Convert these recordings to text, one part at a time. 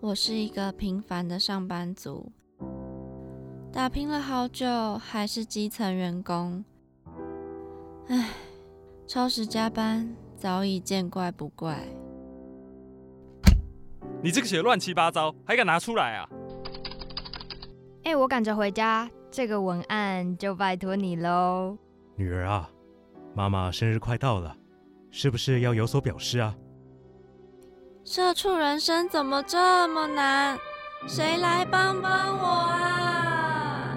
我是一个平凡的上班族，打拼了好久，还是基层员工。唉，超时加班早已见怪不怪。你这个写乱七八糟，还敢拿出来啊？哎、我赶着回家，这个文案就拜托你喽。女儿啊，妈妈生日快到了，是不是要有所表示啊？社畜人生怎么这么难？谁来帮帮我啊？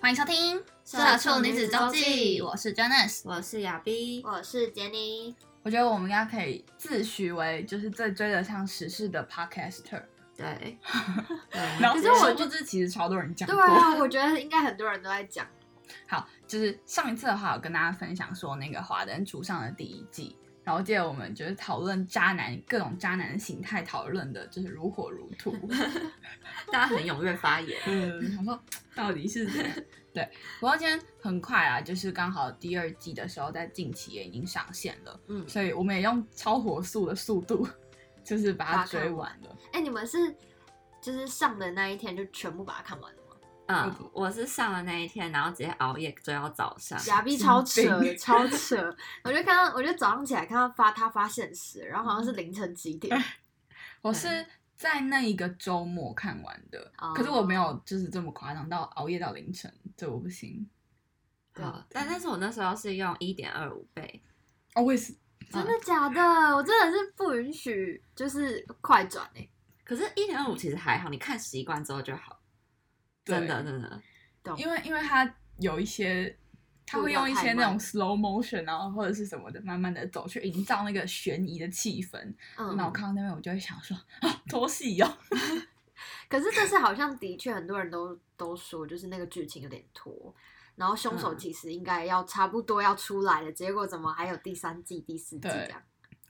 欢迎收听《社畜女子周记我是 Janice。我是亚逼，我是杰尼。我觉得我们应该可以自诩为就是最追得上时事的 podcaster。对，然后可可是我就知其实超多人讲对过。啊，我觉得应该很多人都在讲。好，就是上一次的话，有跟大家分享说那个《华灯初上》的第一季，然后借我们就是讨论渣男各种渣男的形态，讨论的就是如火如荼。 大家很踊跃发言。嗯，想 说到底是怎样？ 对，不过今天很快啊，就是刚好第二季的时候，在近期也已经上线了，嗯，所以我们也用超火速的速度，就是把它追完了。哎、你们是就是上的那一天就全部把它看完了吗？啊嗯，我是上了那一天，然后直接熬夜追到早上。亚逼超扯神的，经超扯！我就看到，我就早上起来看到发他发现实，然后好像是凌晨几点，哎嗯我是在那一个周末看完的，哦可是我没有就是这么夸张到熬夜到凌晨，这我不行。好，但但是我那时候是用一点二五倍，哦，我也是，真的假的？我真的是不允许，就是快转哎、可是一点二五其实还好，你看习惯之后就好。对真的真的，因为因为它有一些，它会用一些那种 slow motion 然后或者是什么的，慢慢的走去营造那个悬疑的气氛。那我嗯，看到那边，我就会想说啊，多戏哦。可是这次好像的确很多人都都说，就是那个剧情有点拖。然后凶手嗯其实应该要差不多要出来了，结果怎么还有第三季、第四季对这样？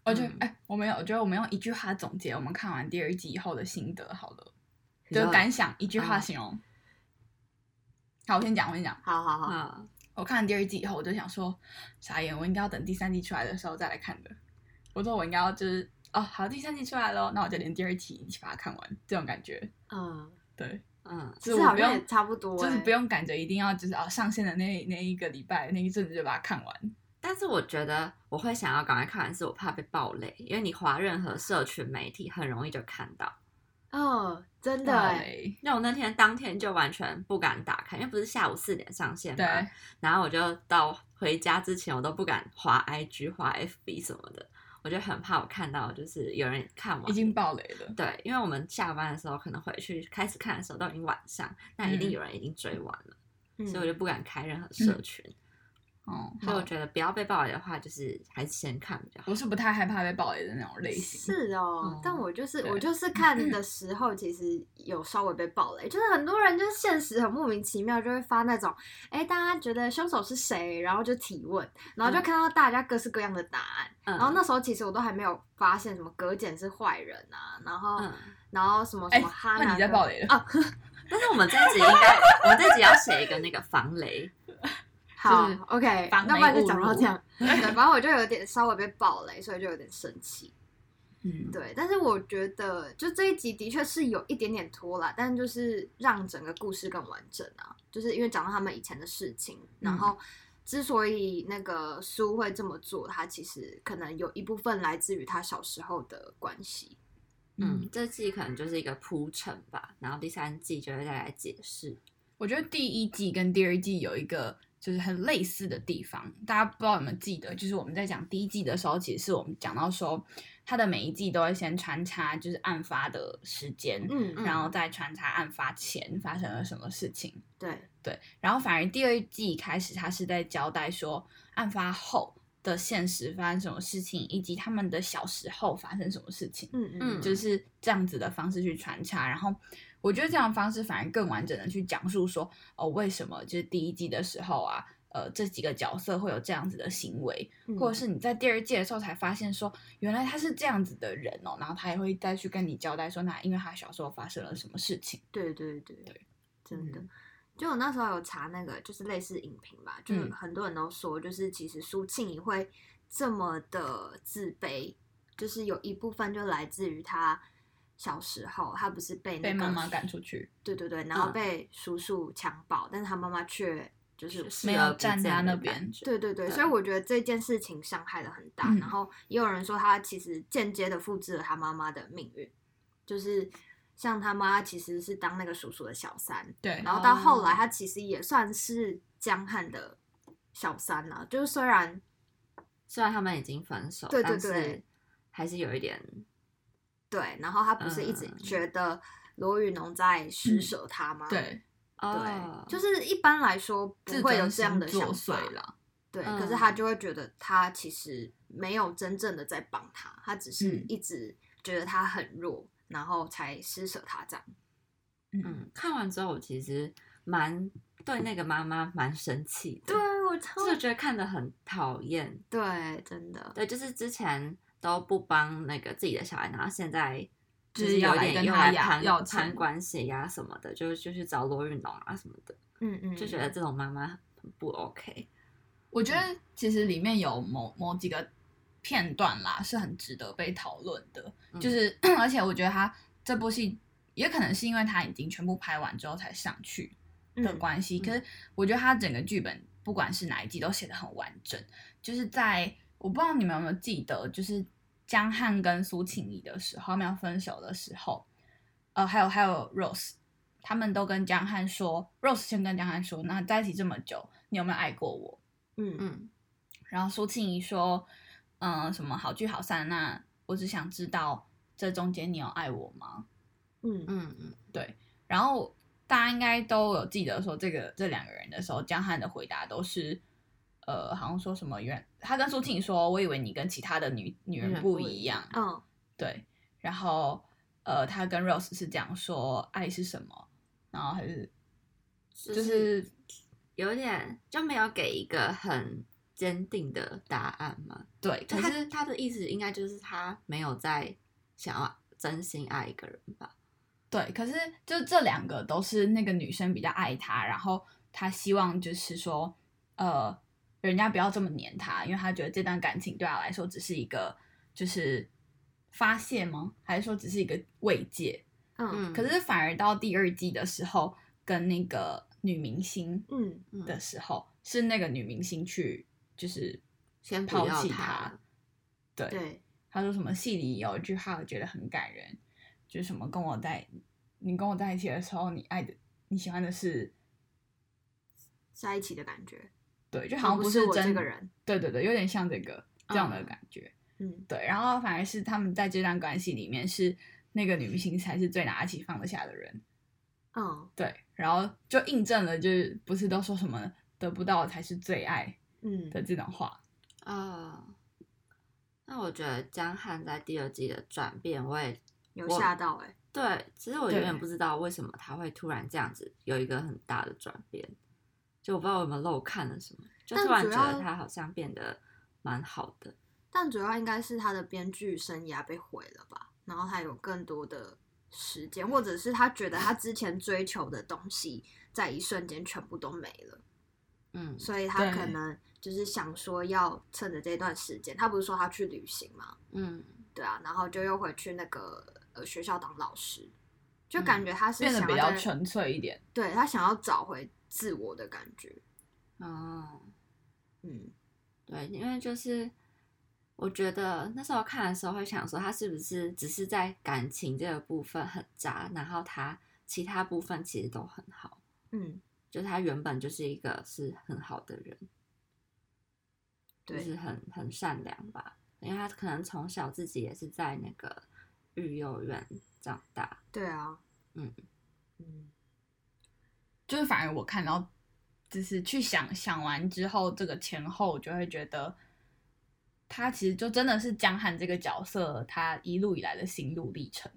我觉得嗯哎、我们有，我觉得我们用一句话总结我们看完第二季以后的心得好了，你知就道感想一句话啊形容。好，我先讲，我先讲。好好好，啊，我看了第二季以后，我就想说，傻眼，我应该要等第三季出来的时候再来看的。我说我应该要就是哦，好，第三季出来了，那我就连第二季一起把它看完，这种感觉。嗯，对，嗯，就是这我好不像也用，差不多、就是欸不用赶着一定要就是啊上线的那那一个礼拜那一阵子就把它看完。但是我觉得我会想要赶快看完，是我怕被暴雷，因为你划任何社群媒体很容易就看到。嗯，真的暴哎，雷那我那天当天就完全不敢打开，因为不是下午四点上线对，嘛，然后我就到回家之前，我都不敢滑 IG、滑 FB 什么的，我就很怕我看到就是有人看完已经暴雷了。对，因为我们下班的时候可能回去开始看的时候都已经晚上，那一嗯定有人已经追完了，嗯所以我就不敢开任何社群。哦，所以我好，觉得不要被暴雷的话，就是还是先看比较好我。是不太害怕被暴雷的那种类型。是哦嗯，但我就是对我就是看的时候，其实有稍微被爆雷，就是很多人就是现实很莫名其妙就会发那种，哎，大家觉得凶手是谁，然后就提问，然后就嗯看到大家各式各样的答案，嗯然哦后那时候其实我都还没有发现什么葛简是坏人啊，然后嗯，然后什么什哎么哈，那娜你在跟暴雷了？啊但是我们这一集应该，我们这一集要写一个那个防雷，好就是，OK，防那雷不然就误讲到入这样。对，反正我就有点稍微被爆雷，所以就有点生气。嗯，对，但是我觉得就这一集的确是有一点点拖啦，但就是让整个故事更完整啊，就是因为讲到他们以前的事情，嗯然后之所以那个苏会这么做，他其实可能有一部分来自于他小时候的关系。嗯，这季可能就是一个铺陈吧，然后第三季就会再来解释。我觉得第一季跟第二季有一个就是很类似的地方，大家不知道有没有记得，就是我们在讲第一季的时候，其实是我们讲到说，它的每一季都会先穿插就是案发的时间，嗯嗯，然后再穿插案发前发生了什么事情。对，对，然后反而第二季开始，他是在交代说案发后的现实发生什么事情，以及他们的小时候发生什么事情。嗯嗯嗯就是这样子的方式去穿插。然后我觉得这样的方式反而更完整的去讲述说，哦，为什么就是第一季的时候啊，呃，这几个角色会有这样子的行为，嗯，或者是你在第二季的时候才发现说，原来他是这样子的人哦，然后他也会再去跟你交代说，那因为他小时候发生了什么事情。对对对，对真的嗯。就我那时候有查那个，就是类似影评吧，就是嗯很多人都说，就是其实苏庆怡会这么的自卑，就是有一部分就来自于他小时候，他不是被那被个妈妈赶出去，对对对，然后嗯被叔叔强暴，但是他妈妈却就是视没有而不站见他的那边感觉对对对，所以我觉得这件事情伤害的很大。嗯然后也有人说他其实间接的复制了他妈妈的命运，就是像他妈其实是当那个叔叔的小三，对然后到后来哦他其实也算是江汉的小三了、就是虽然虽然他们已经分手，对对但是对还是有一点对，然后他不是一直嗯觉得罗宇农在施舍他吗？对，哦对，就是一般来说不自会有尊这样心的想作法祟了。对，嗯可是他就会觉得他其实没有真正的在帮他，他只是嗯一直觉得他很弱，然后才施舍他这样。嗯，嗯，看完之后我其实蛮对那个妈妈蛮生气的，，我超就是觉得看得很讨厌。对，真的，对，就是之前都不帮那个自己的小孩，然后现在就就是是要有来点跟又他来要攀要攀钱关系呀、什么的，就就去找罗运龙啊什么的，嗯嗯，就觉得这种妈妈很不 OK。我觉嗯得其实里面有某某几个片段啦，是很值得被讨论的。嗯就是 而且我觉得他这部戏也可能是因为他已经全部拍完之后才上去的嗯关系，可是我觉得他整个剧本不管是哪一季都写的很完整。就是在我不知道你们有没有记得，就是江汉跟苏庆怡的时候，他们要分手的时候，呃，还有还有 Rose，他们都跟江汉说，Rose 先跟江汉说，那在一起这么久，你有没有爱过我？嗯嗯嗯，然后苏庆怡说，嗯、什么好聚好散，那我只想知道这中间你有爱我吗？嗯嗯嗯嗯，然后大家应该都有记得说这个这两个人的时候，江汉的回答都是，呃，好像说什么原他跟苏庆怡说，我以为你跟其他的女女人人不不一一样，嗯对，然后呃，他跟 Rose 是这样说，爱是什么？然后还是就就是是有点就没有给一个很坚定的答案嘛。对，就可他是他的意思应该就是他没有在想要真心爱一个人吧？对，可是就这两个都是那个女生比较爱他，然后他希望就是说，呃，人家不要这么黏他，因为他觉得这段感情对他来说只是一个就是发泄吗？还是说只是一个慰藉？嗯可是反而到第二季的时候，跟那个女明星嗯的时候，是那个女明星去就是先不抛要弃他他，对，对，他说什么戏里有一句话我觉得很感人，就是什么跟我在你跟我在一起的时候，你爱的你喜欢的是在一起的感觉，对，就好像而不哦不是我真这个，人，对对对，有点像这个这样的嗯感觉，嗯对，然后反而是他们在这段关系里面是那个女明星才是最拿得起放得下的人，嗯对，然后就印证了，就是不是都说什么得不到才是最爱嗯的这种话，啊、哦那我觉得江汉在第二季的转变，我也有我吓到哎、对，其实我永远对不知道为什么他会突然这样子有一个很大的转变，就我不知道我有没有漏看了什么，就但突然主觉得要他好像变得蛮好的。但主要应该是他的编剧生涯被毁了吧，然后他有更多的时间，或者是他觉得他之前追求的东西，在一瞬间全部都没了，嗯，所以他对可能就是想说要趁着这段时间，他不是说他去旅行嘛，嗯，对啊，然后就又回去那个呃学校当老师，就感觉他嗯是变得想比较要在纯粹一点，对他想要找回自我的感觉，哦，嗯对，因为就是我觉得那时候看的时候会想说，他是不是只是在感情这个部分很渣，然后他其他部分其实都很好，嗯，就是他原本就是一个是很好的人，就对，是很很善良吧，因为他可能从小自己也是在那个育幼院长大，对啊，嗯嗯就是反而我看到，就是去想想完之后，这个前后我就会觉得，他其实就真的是江汉这个角色，他一路以来的心路历程，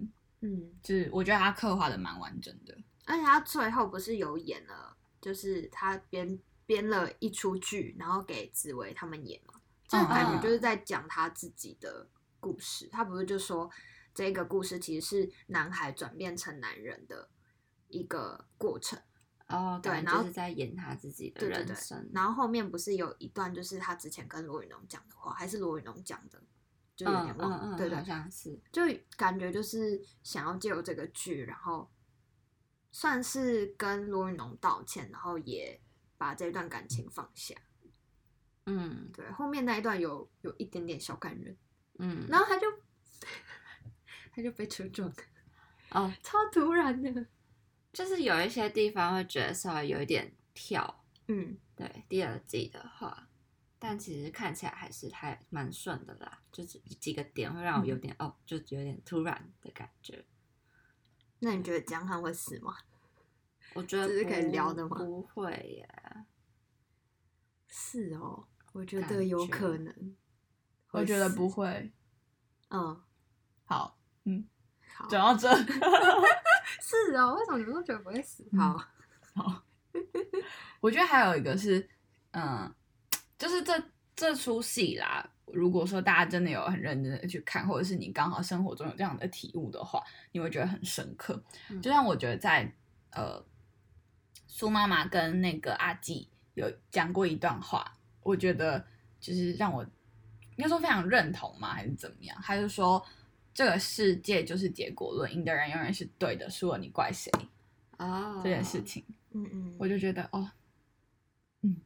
嗯。就是我觉得他刻画的蛮完整的。而且他最后不是有演了，就是他编编了一出剧，然后给紫薇他们演嘛，这嗯感觉嗯就是在讲他自己的故事。他不是就说这个故事其实是男孩转变成男人的一个过程，哦，对感然觉后就是在演他自己的对对对人生。然后后面不是有一段就是他之前跟罗云龙讲的话，还是罗云龙讲的，就有点忘了，嗯嗯嗯，对对好像是，就感觉就是想要借由这个剧，然后算是跟罗云龙道歉，然后也把这段感情放下。嗯对，后面那一段有有一点点小感人，嗯，然后他就他就被车撞，哦，超突然的。就是有一些地方会觉得稍微有一点跳，嗯，对第二季的话，但其实看起来还是还蛮顺的啦，就是几个点会让我有嗯点、哦，就有点突然的感觉。那你觉得江汉会死吗？我觉得这是可以不聊的吗不会耶，是哦，我觉感得有觉可能。我觉得死不。会。嗯，好，好。讲到 这，是哦，为什么你们都觉得不会死？嗯好，我觉得还有一个是，嗯，就是这这出戏啦。如果说大家真的有很认真的去看，或者是你刚好生活中有这样的体悟的话，你会觉得很深刻。嗯就像我觉得在呃，苏妈妈跟那个阿纪有讲过一段话，我觉得就是让我应该说非常认同嘛，还是怎么样？他就说这个世界就是结果论，赢的人永远是对的，输了你怪谁？哦，这件事情。嗯嗯，我就觉得哦，嗯，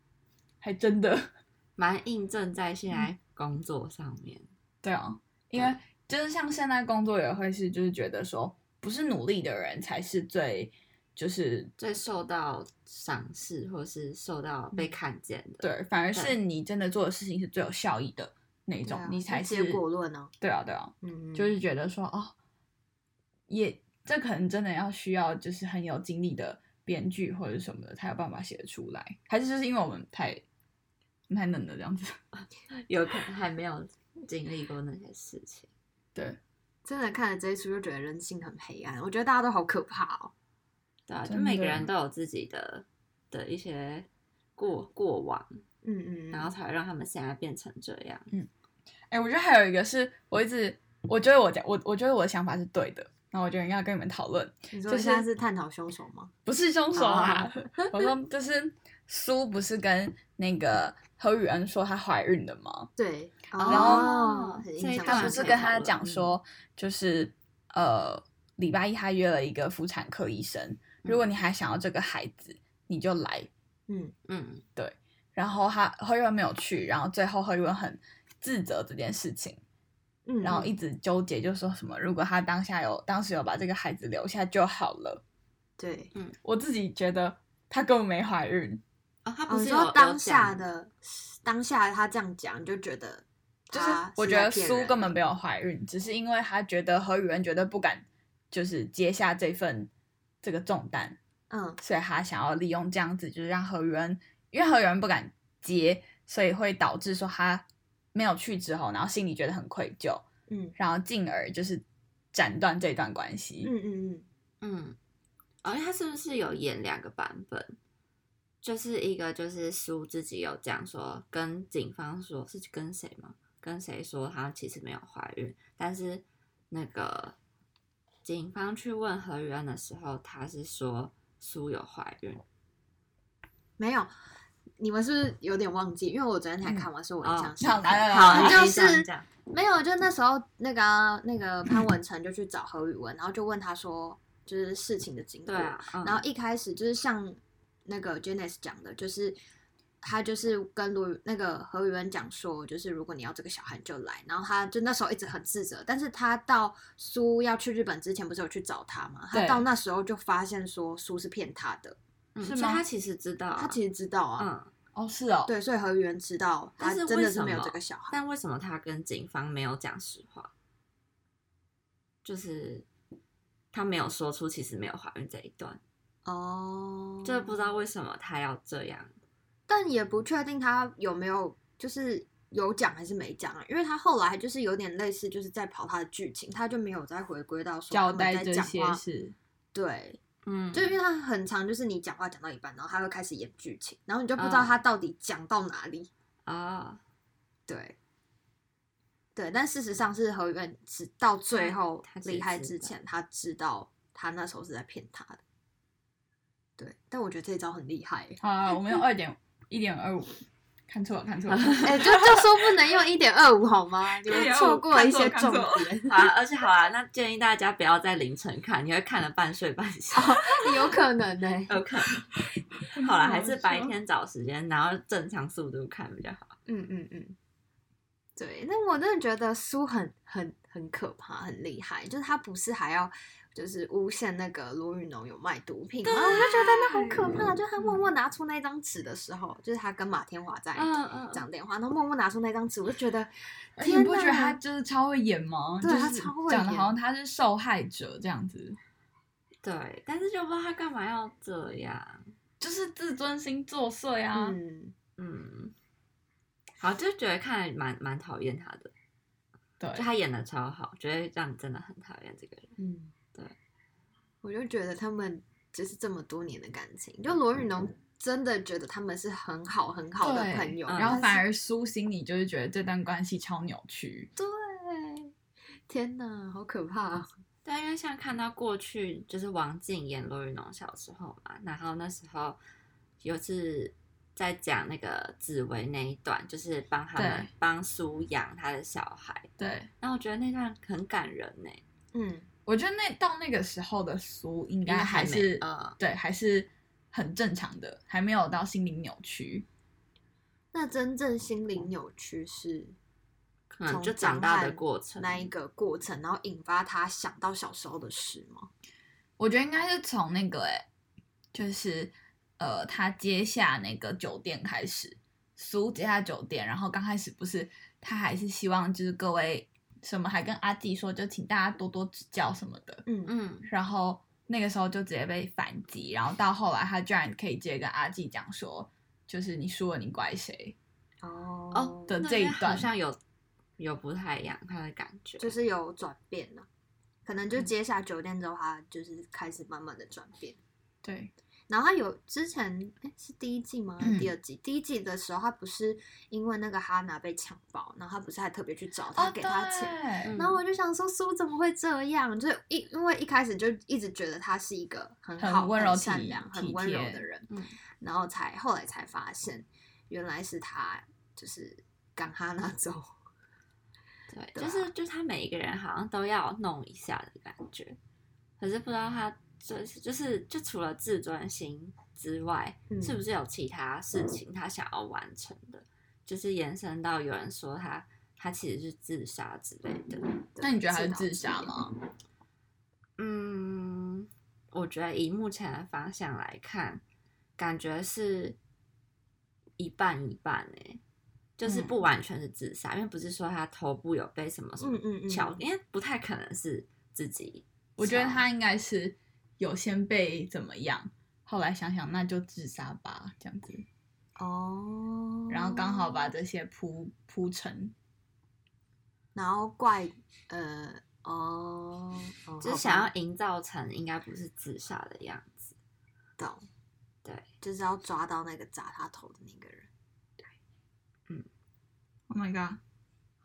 还真的， 蛮印证在嗯现在工作上面。对啊，因为就是像现在工作也会是，就是觉得说不是努力的人才是最就是最受到赏识，或是受到嗯被看见的。对，反而是对你真的做的事情是最有效益的那一对种，啊你是才结是果论啊。对啊，对啊，嗯，就是觉得说哦，也这可能真的要需要就是很有经历的编剧或者什么的，才有办法写得出来，还是就是因为我们太我们太嫩了这样 子，有可能还没有经历过那些事情。对，真的看了这一出就觉得人性很黑暗，我觉得大家都好可怕哦。对啊，就真每个的人都有自己的的一些过过往，嗯嗯，然后才会让他们现在变成这样。哎、我觉得还有一个是我一直，我觉得我讲我我觉得我的想法是对的，然后我觉得应该跟你们讨论，你说就现在是是探讨凶手吗？不是凶手啊，我说就是苏不是跟那个何雨恩说她怀孕了吗？对，哦很这印一象段她不深是是刻跟她他讲说，就是呃礼拜一她约了一个妇产科医生，如果你还想要这个孩子，你就来嗯嗯，然后他何润没有去，然后最后何润很自责这件事情，嗯，然后一直纠结，就说什么如果他当下有当时有把这个孩子留下就好了。对，我自己觉得他根本没怀孕，哦，他哦，不你是有、说当下有讲的当下他这样讲，你就觉得就是他我啊是觉在得骗苏人啊根本没有怀孕，只是因为他觉得何雨恩觉得不敢，就是接下这份这个重担，嗯所以他想要利用这样子，就是让何雨恩，因为何雨恩不敢接，所以会导致说他没有去之后，然后心里觉得很愧疚，嗯然后进而就是斩断这段关系。嗯嗯嗯，嗯，哦，因为他是不是有演两个版本？就是一个就是苏自己有讲说，跟警方说是跟谁吗？跟谁说她其实没有怀孕，但是那个警方去问何雨恩的时候，他是说苏有怀孕，没有。你们是不是有点忘记？因为我昨天嗯才看完，所以我印哦象深好，刻。来来来，好来啊就你先是讲讲没有，就那时候那个啊、那个潘文成就去找何宇文，然后就问他说，就是事情的经过。对啊，嗯、然后一开始就是像那个 Janice 讲的，就是他就是跟罗宇那个何宇文讲说，就是如果你要这个小孩你就来，然后他就那时候一直很自责，但是他到苏要去日本之前不是有去找他嘛，他对到那时候就发现说苏是骗他的，嗯是所以吗他其实知道啊，他其实知道啊，嗯，哦，是哦，对，所以何宇文知道他但是真为的什是么没有这个小孩，但为什么他跟警方没有讲实话？就是他没有说出其实没有怀孕这一段，哦，就不知道为什么他要这样。但也不确定他有没有就是有讲还是没讲啊，因为他后来就是有点类似就是在跑他的剧情，他就没有再回归到说他交们代在这讲些话，事，。对，嗯，就因为他很长，就是你讲话讲到一半，然后他会开始演剧情，然后你就不知道他到底讲到哪里，啊、对。对，但事实上是何远直到最后他他其实离开知之道前，他知道他那时候是在骗他的。对，但我觉得这一招很厉害耶欸好啊，我们用二点一点二五，看错了，看错了。 哎、就就说不能用一点二五好 吗？你们1.25错过了一些啊看重错了看点，好啊，而且好啊，那建议大家不要在凌晨看，你会看了半睡半醒。 有可能欸呢、有可能。 好了，还哦是白天找时间，然后正常速度看比较好。嗯嗯嗯，对，那我真的觉得书很很很可怕，很厉害，就是他不是还要就是诬陷那个卢雨农有卖毒品吗？我就觉得那好可怕，就他默默拿出那张纸的时候，就是他跟马天华在嗯嗯讲电话，然后默默拿出那张纸，我就觉得而且天你不觉得哪他就是超会演吗？对就是他超会讲的演好像他是受害者这样子，对，但是就不知道他干嘛要这样。就是自尊心作祟啊。嗯，嗯，好，就觉得看了蛮蛮讨厌他的，对，就他演的超好，觉得让你真的很讨厌这个人。嗯，对，我就觉得他们就是这么多年的感情，就罗宇农真的觉得他们是很好很好的对朋友，嗯然后但反是而苏心里就是觉得这段关系超扭曲。对，天哪，好可怕、哦！对，因为像看到过去就是王静演罗云龙小时候嘛，然后那时候有一次在讲那个紫薇那一段，就是帮他们对帮苏养他的小孩，对，然后我觉得那段很感人呢、嗯，我觉得那到那个时候的苏应该应该还还是没嗯对，还是很正常的，还没有到心灵扭曲。 那真正心灵扭曲是可能从就长长大的大过程那一个过程，然后引发他想到小时候的事吗？我觉得应该是从那个、欸，就是呃，他接下那个酒店开始，苏接下酒店，然后刚开始不是他还是希望就是各位什么，还跟阿纪说，就请大家多多指教什么的。嗯嗯嗯，然后那个时候就直接被反击，然后到后来他居然可以直接跟阿纪讲说，就是你输了，你怪谁？哦哦的那这一边好段像有有不太一样他的感觉，就是有转变了，可能就接下酒店之后，他就是开始慢慢的转变。对，然后他有之前哎是第一季吗？还是嗯第二季？第一季的时候，他不是因为那个哈娜被强暴，然后他不是还特别去找哦他、给他钱，钱嗯然后我就想说，苏怎么会这样？就是一因为一开始就一直觉得他是一个很很好、温柔体善良、很体温柔贴的人，嗯然后才后来才发现，原来是他就是赶哈娜 走。对，对就是就是他每一个人好像都要弄一下的感觉，可是不知道他就是就是就除了自尊心之外，嗯是不是有其他事情他想要完成的？就是延伸到有人说他他其实是自杀之类的，那你觉得他是导自致杀吗？嗯，我觉得以目前的方向来看，感觉是一半一半诶、就是嗯不完全是自杀，因为不是说他头部有被什么什嗯么嗯嗯，敲，因为不太可能是自己敲。我觉得他应该是有先被怎么样，后来想想那就自杀吧，这样子，哦，然后刚好把，这些铺铺成，然后怪呃哦，哦就是好想吧要营造成应该不是自杀的样子。懂，对，就是要抓到那个砸他头的那个人。 Oh my god！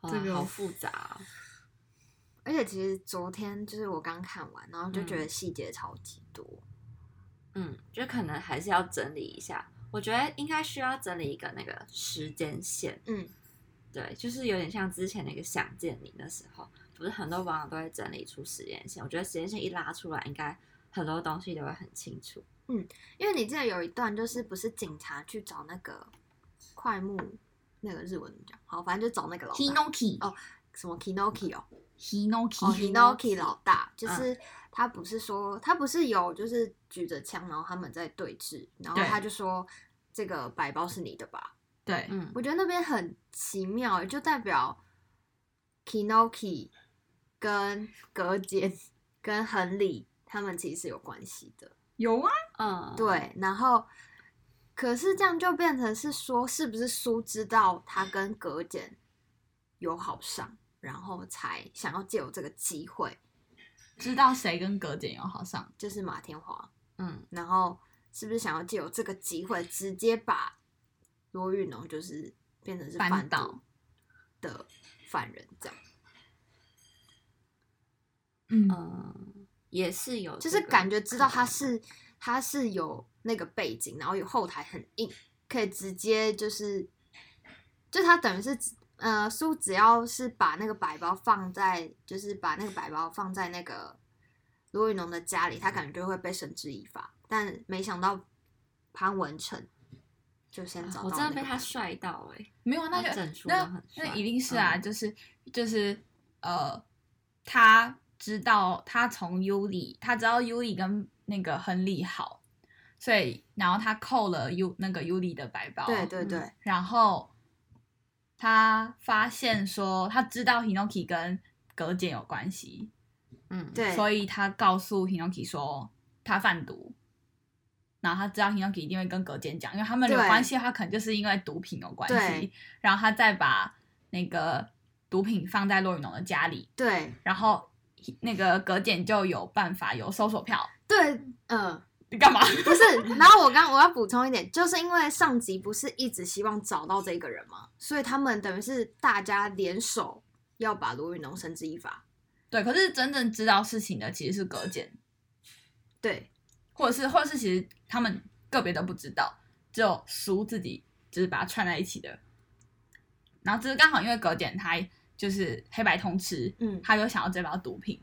哇这个好复杂哦、而且其实昨天就是我刚看完，然后就觉得嗯细节超级多。嗯，就可能还是要整理一下。我觉得应该需要整理一个那个时间线。嗯，对，就是有点像之前那个想见你的时候，不是很多网友都会整理出时间线。我觉得时间线一拉出来，应该很多东西都会很清楚。因为你记得有一段就是不是警察去找那个快木，那个日文怎么讲？好，反正就找那个老大 Hinoki 哦什么 Kinoki 哦， Hinoki 哦 Hinoki 老大，就是他不是说他不是有就是举着枪，然后他们在对峙，然后对他就说这个白包是你的吧？对，嗯，我觉得那边很奇妙，就代表 Kinoki 跟格杰跟亨利他们其实是有关系的。有啊，嗯，对，然后可是这样就变成是说，是不是苏知道他跟葛简有好上，然后才想要借我这个机会，知道谁跟葛简有好上，就是马天华，嗯，然后是不是想要借我这个机会，直接把罗玉农就是变成是扳反倒倒的犯人，这样嗯嗯，也是有、就是感觉知道他是它是有那个背景，然后有后台很硬，可以直接就是，就它等于是呃书只要是把那个百包放在，就是把那个百包放在那个罗宇农的家里，他感觉就会被绳之以法，但没想到潘文成就先找到、啊我真的被他。帅到哎、没有啊，那他就整出都那很那帅一定是啊，嗯就是就是呃，他知道他从尤里，他知道尤里跟那个亨利好，所以然后他扣了尤那个尤里的白包，对对嗯对，然后他发现说他知道 Hinoki 跟葛简有关系，嗯，对所以他告诉 Hinoki 说他贩毒。然后他知道 Hinoki 一定会跟葛简讲，因为他们有对关系的话，可能就是因为毒品有关系对。然后他再把那个毒品放在骆雨农的家里，对然后那个葛简就有办法有搜索票。对，嗯、你干嘛？ 不是，然后我刚我要补充一点，就是因为上级不是一直希望找到这个人嘛，所以他们等于是大家联手要把罗云龙绳之以法。对，可是真正知道事情的其实是葛简，对或者是或者是其实他们个别都不知道，只有叔自己就是把它串在一起的。然后只是刚好因为葛简他就是黑白通吃，嗯他又想要这包毒品，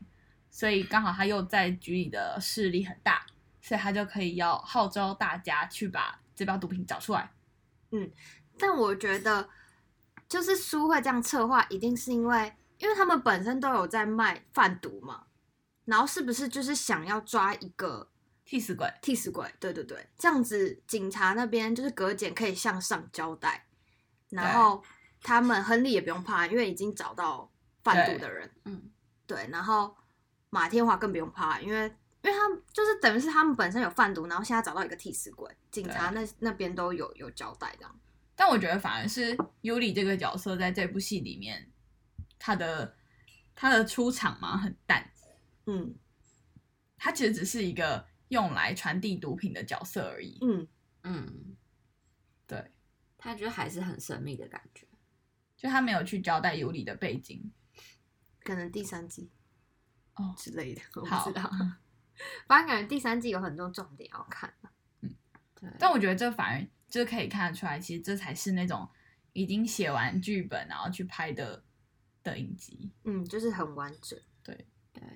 所以刚好他又在局里的势力很大，所以他就可以要号召大家去把这包毒品找出来。但我觉得，就是书会这样策划，一定是因为，因为他们本身都有在卖贩毒嘛，然后是不是就是想要抓一个替死鬼，替死鬼？对对对，这样子警察那边就是葛检可以向上交代，然后他们亨利也不用怕，因为已经找到贩毒的人。嗯，对，然后马天华更不用怕，因为因为他们就是等于是他们本身有贩毒，然后现在找到一个替死鬼，警察那那边都有有交代这样。但我觉得反而是尤里这个角色在这部戏里面，他的他的出场嘛很淡，嗯他其实只是一个用来传递毒品的角色而已。嗯，嗯，对，他就还是很神秘的感觉。就他没有去交代尤里的背景。可能第三季哦之类的，我好不知 道。反正感觉第三季有很多重点要看。对，但我觉得这反而就是可以看得出来，其实这才是那种已经写完剧本然后去拍的的影集。嗯，就是很完整。对，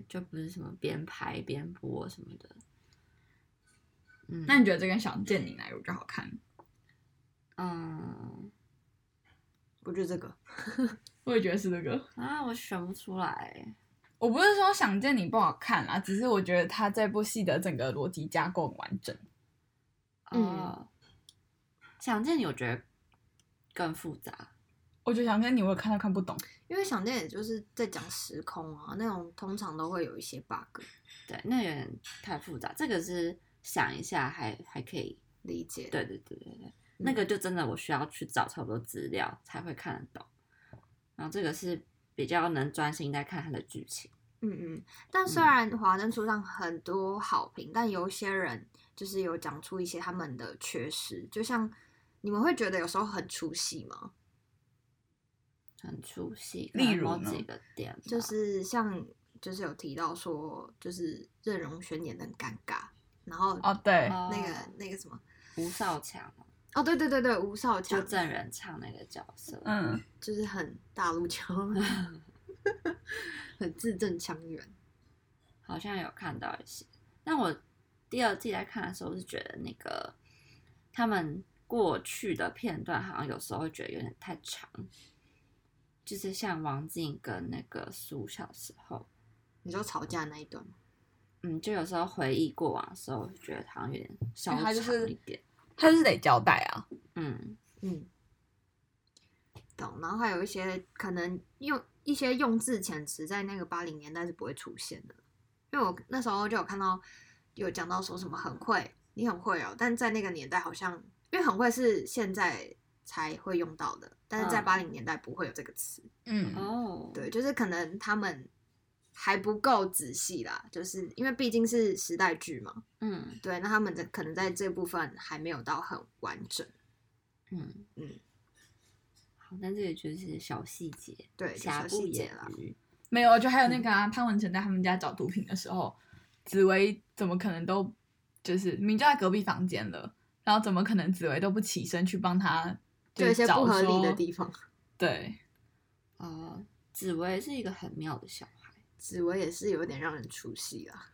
就不是什么边拍边播什么的。嗯，那你觉得这跟《小贱你来我就好看？嗯我觉得这个我也觉得是这个。啊，我选不出来。我不是说想见你不好看啦，只是我觉得他这部戏的整个逻辑架构很完整。嗯哦，想见你，我觉得更复杂。我觉得想见你，我有看到看不懂。因为想电影就是在讲时空啊，那种通常都会有一些 bug 对，那有点太复杂。这个是想一下还还可以。理解。对对对对对，那个就真的我需要去找差不多资料才会看得懂。然后这个是比较能专心在看它的剧情。嗯嗯，但虽然华灯初上很多好评，但有一些人就是有讲出一些他们的缺失，就像你们会觉得有时候很出戏吗？很出戏，例如可能呢某几个点吧，就是像就是有提到说，就是任容萱演的很尴尬，然后哦，对，那个、哦那个什么，吴少强哦对对对对，吴少就强郑人唱那个角色，嗯，就是很大陆腔， 很字正腔圆。好像有看到一些。但我第二季在看的时候，是觉得那个他们过去的片段，好像有时候会觉得有点太长，就是像王静跟那个苏小时候，你说吵架那一段吗？嗯，就有时候回忆过往的时候，觉得好像有点稍因为他就是长一点，他就是得交代啊。嗯，嗯，懂。然后还有一些可能用一些用字遣词，在那个八零年代是不会出现的，因为我那时候就有看到有讲到说什么很会，你很会哦，但在那个年代好像，因为很会是现在才会用到的，但是在嗯八零年代不会有这个词。嗯，哦，对，就是可能他们还不够仔细啦，就是因为毕竟是时代剧嘛，嗯对，那他们在可能在这部分还没有到很完整。嗯嗯嗯，好，那这个就是小细节，对就瑕小不细节掩啦瑜，没有，我觉得还有那个啊，潘文成在他们家找毒品的时候，紫薇怎么可能都就是明明就在隔壁房间了，然后怎么可能紫薇都不起身去帮他？就有一些找不合理的说地方。对，呃，紫薇是一个很妙的小孩，紫薇也是有点让人出戏啊，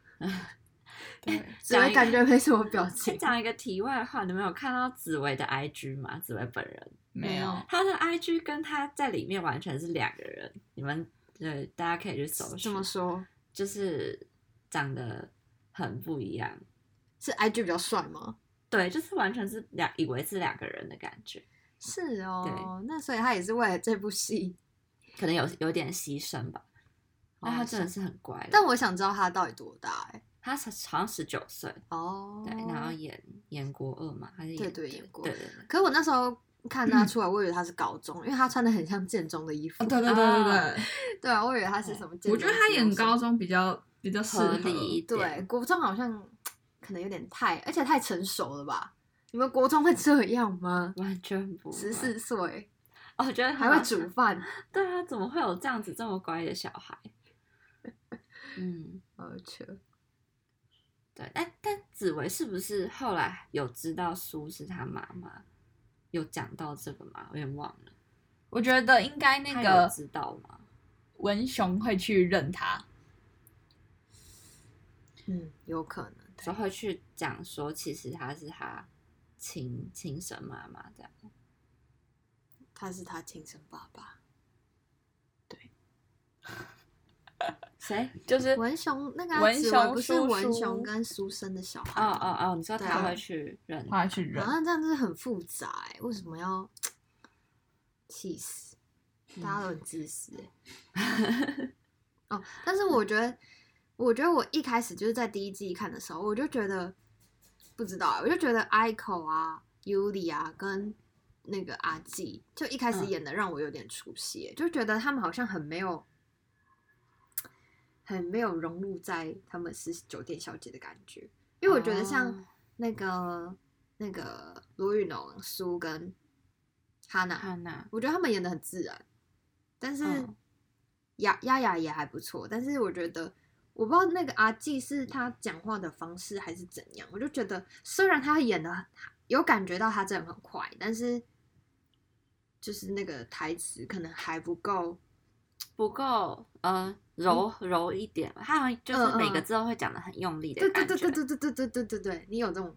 对，紫薇感觉没什么表情先。讲一个题外话，你们有看到紫薇的 IG 吗？紫薇本人，没有。哦她的 IG 跟她在里面完全是两个人。你们对大家可以去搜这寻么，说，就是长得很不一样。是 IG 比较帅吗？对，就是完全是两以为是两个人的感觉，是哦，那所以他也是为了这部戏。可能有有点牺牲吧。哦那她真的是很乖的，但我想知道他到底多大哎、她才好像十九岁，哦，对，然后演演国二嘛，还是演对对演国对对对可是我那时候看他出来，我以为他是高中，因为他穿的很像建中的衣嗯服。哦，对对对啊对对，对啊，我以为他是什么建中。我觉得他演高。中比较比较适合合。理一对，点。国中好像可能有点太，而且太成熟了吧？你们国中会这样吗？完全不十会四岁哦，我觉得还会煮饭，对啊，怎么会有这样子这么乖的小孩？ 嗯，而且对，但但紫薇是不是后来有知道苏是她妈妈？有讲到这个吗？我有点忘了。我觉得应该那她个有知道哎吗？文雄会去认他，嗯，有可能。就会去讲说，其实她是她亲亲生妈妈这样。他是他亲生爸爸，谁？就是文雄那个啊文紫薇雄不是叔嗯文叔雄跟苏生的小孩哦吗啊哦哦，你说对她啊会去认？他会去认好。像这样就是很复杂、欸，为什么要气死？大家都很自私、欸。 哦，但是我觉得，我觉得我一开始就是在第一季看的时候，我就觉得不知道欸、我就觉得 Ico 啊、Yuli 啊跟那个阿纪，就一开始嗯演的让我有点出戏欸、就觉得他们好像很没有。很没有融入在他们是酒店小姐的感觉，因为我觉得像哦那个那个卢宇农、苏跟哈娜，汉娜，我觉得他们演的很自然，但是嗯雅雅雅也还不错，但是我觉得我不知道那个阿纪是他讲话的方式还是怎样，我就觉得虽然他演的有感觉到他真的很快，但是就是那个台词可能还不够，不够，呃，柔柔一点吧。她好像就是嗯每嗯个字都会讲的很用力的对对感觉。对对对对对对对对对，你有这种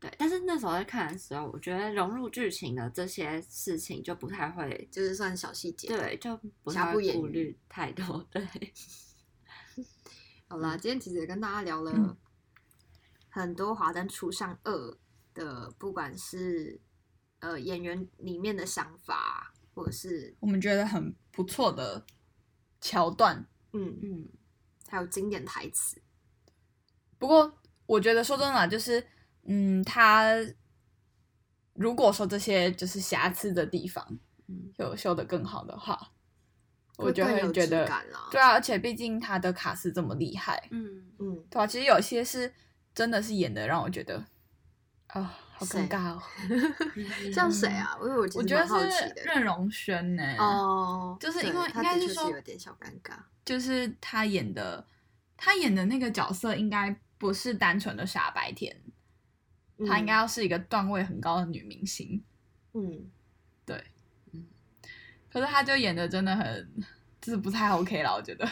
对，但是那时候在看的时候，我觉得融入剧情的这些事情就不太会，就是算小细节，对，就不瑕太不会掩顾瑜虑太多。对，好啦，今天其实也跟大家聊了嗯很多《华灯初上二》的，不管是呃演员里面的想法，或者是我们觉得很不错的桥段。嗯，嗯，还有经典台词。不过我觉得说真的啦，就是嗯，他如果说这些就是瑕疵的地方，嗯有修的更好的话，会我就更会有觉质得感啦对啊，而且毕竟他的卡斯这么厉害，嗯，嗯，对啊，其实有些是真的是演的让我觉得啊、好谁尴尬 哦。像谁啊？因为我其我实觉得蛮好奇是的。任容萱呢、哦，就是对因为他应该的是确说有点小尴尬。就是他演的，他演的那个角色应该不是单纯的傻白甜，嗯她应该要是一个段位很高的女明星。嗯，可是她就演的真的很，就是不太 OK 了，我觉得。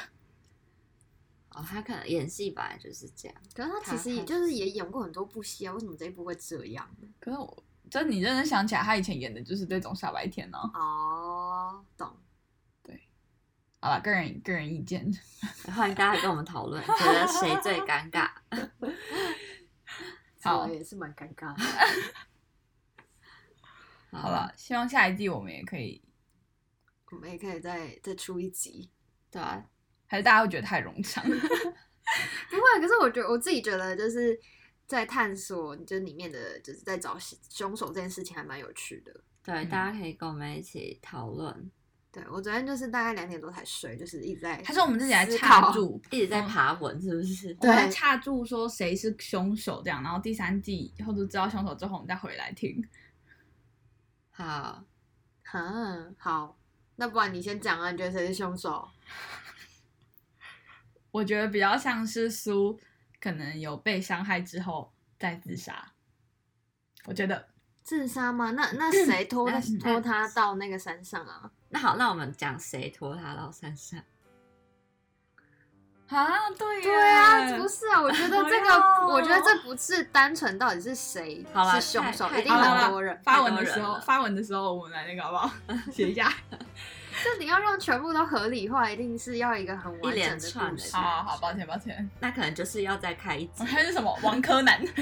哦，他可能演戏本来就是这样，可是他其他实也他就是也演过很多部戏啊，为什么这一部会这样呢？可是我，就是你认真想起来，她以前演的就是这种傻白甜哦、哦，懂。好了，个人个人意见。欢迎大家跟我们讨 论，觉得谁最尴尬？好这个也是蛮尴尬的。好了，希望下一季我们也可以，我们也可以再再出一集。对啊，还是大家会觉得太冗 长。不会，可是我觉得我自己觉得就是在探索，就是里面的就是在找凶手这件事情还蛮有趣的。对，嗯大家可以跟我们一起讨论，对我昨天就是大概两点多才睡，就是一直在还是我们自己来思插嗯考住，一直在爬文，是不是？ 我们来对插住说谁是凶手这样，然后第三季以后就知道凶手之后，我们再回来听。好， 哈好，那不然你先讲啊，你觉得谁是凶手？我觉得比较像是苏可能有被伤害之后，再自杀。我觉得自杀吗？那那谁拖那拖他到那个山上啊？那好，那我们讲谁拖他到山上？啊，对对啊，不是啊，我觉得这哎个，呦我觉得这不是单纯到底是谁好啦是凶手，太一定好啦很多人。发文的时太多人候，了发文的时候我们来那个好不好？ 写一 下，就你要让全部都合理化，一定是要一个很完一连整的串故的事好。好好，抱歉抱歉。那可能就是要再开一集 我。看是什么王柯南。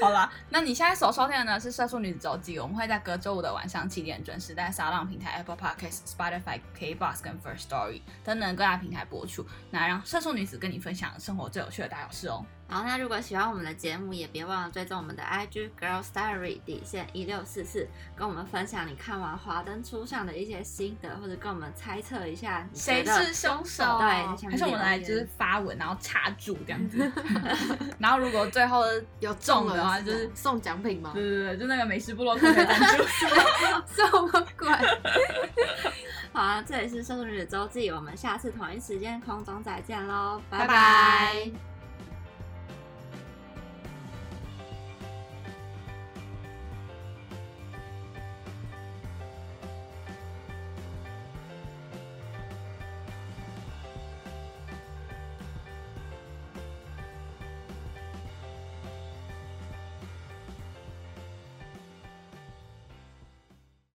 好啦，那你现在所收听的呢是《社畜女子周记》，我们会在隔周五的晚上七点准时在沙浪平台、Apple Podcast、Spotify、KBox 跟 First Story 等等各大平台播出，那让社畜女子跟你分享生活最有趣的大小事哦。好，那如果喜欢我们的节目，也别忘了追踪我们的 IG Girl Story 底线一六四四，跟我们分享你看完《华灯初上》的一些心得，或者跟我们猜测一下你觉谁得是凶手？对还是我们来就是发文，然后插住这样子。 然后如果最后有中了啊的话，就是送奖 品吗对？对对，就那个美食部落客可以赞助。 送么鬼？好啊，这里是《社畜女子周记》，我们下次同一时间空中再见喽，拜拜拜拜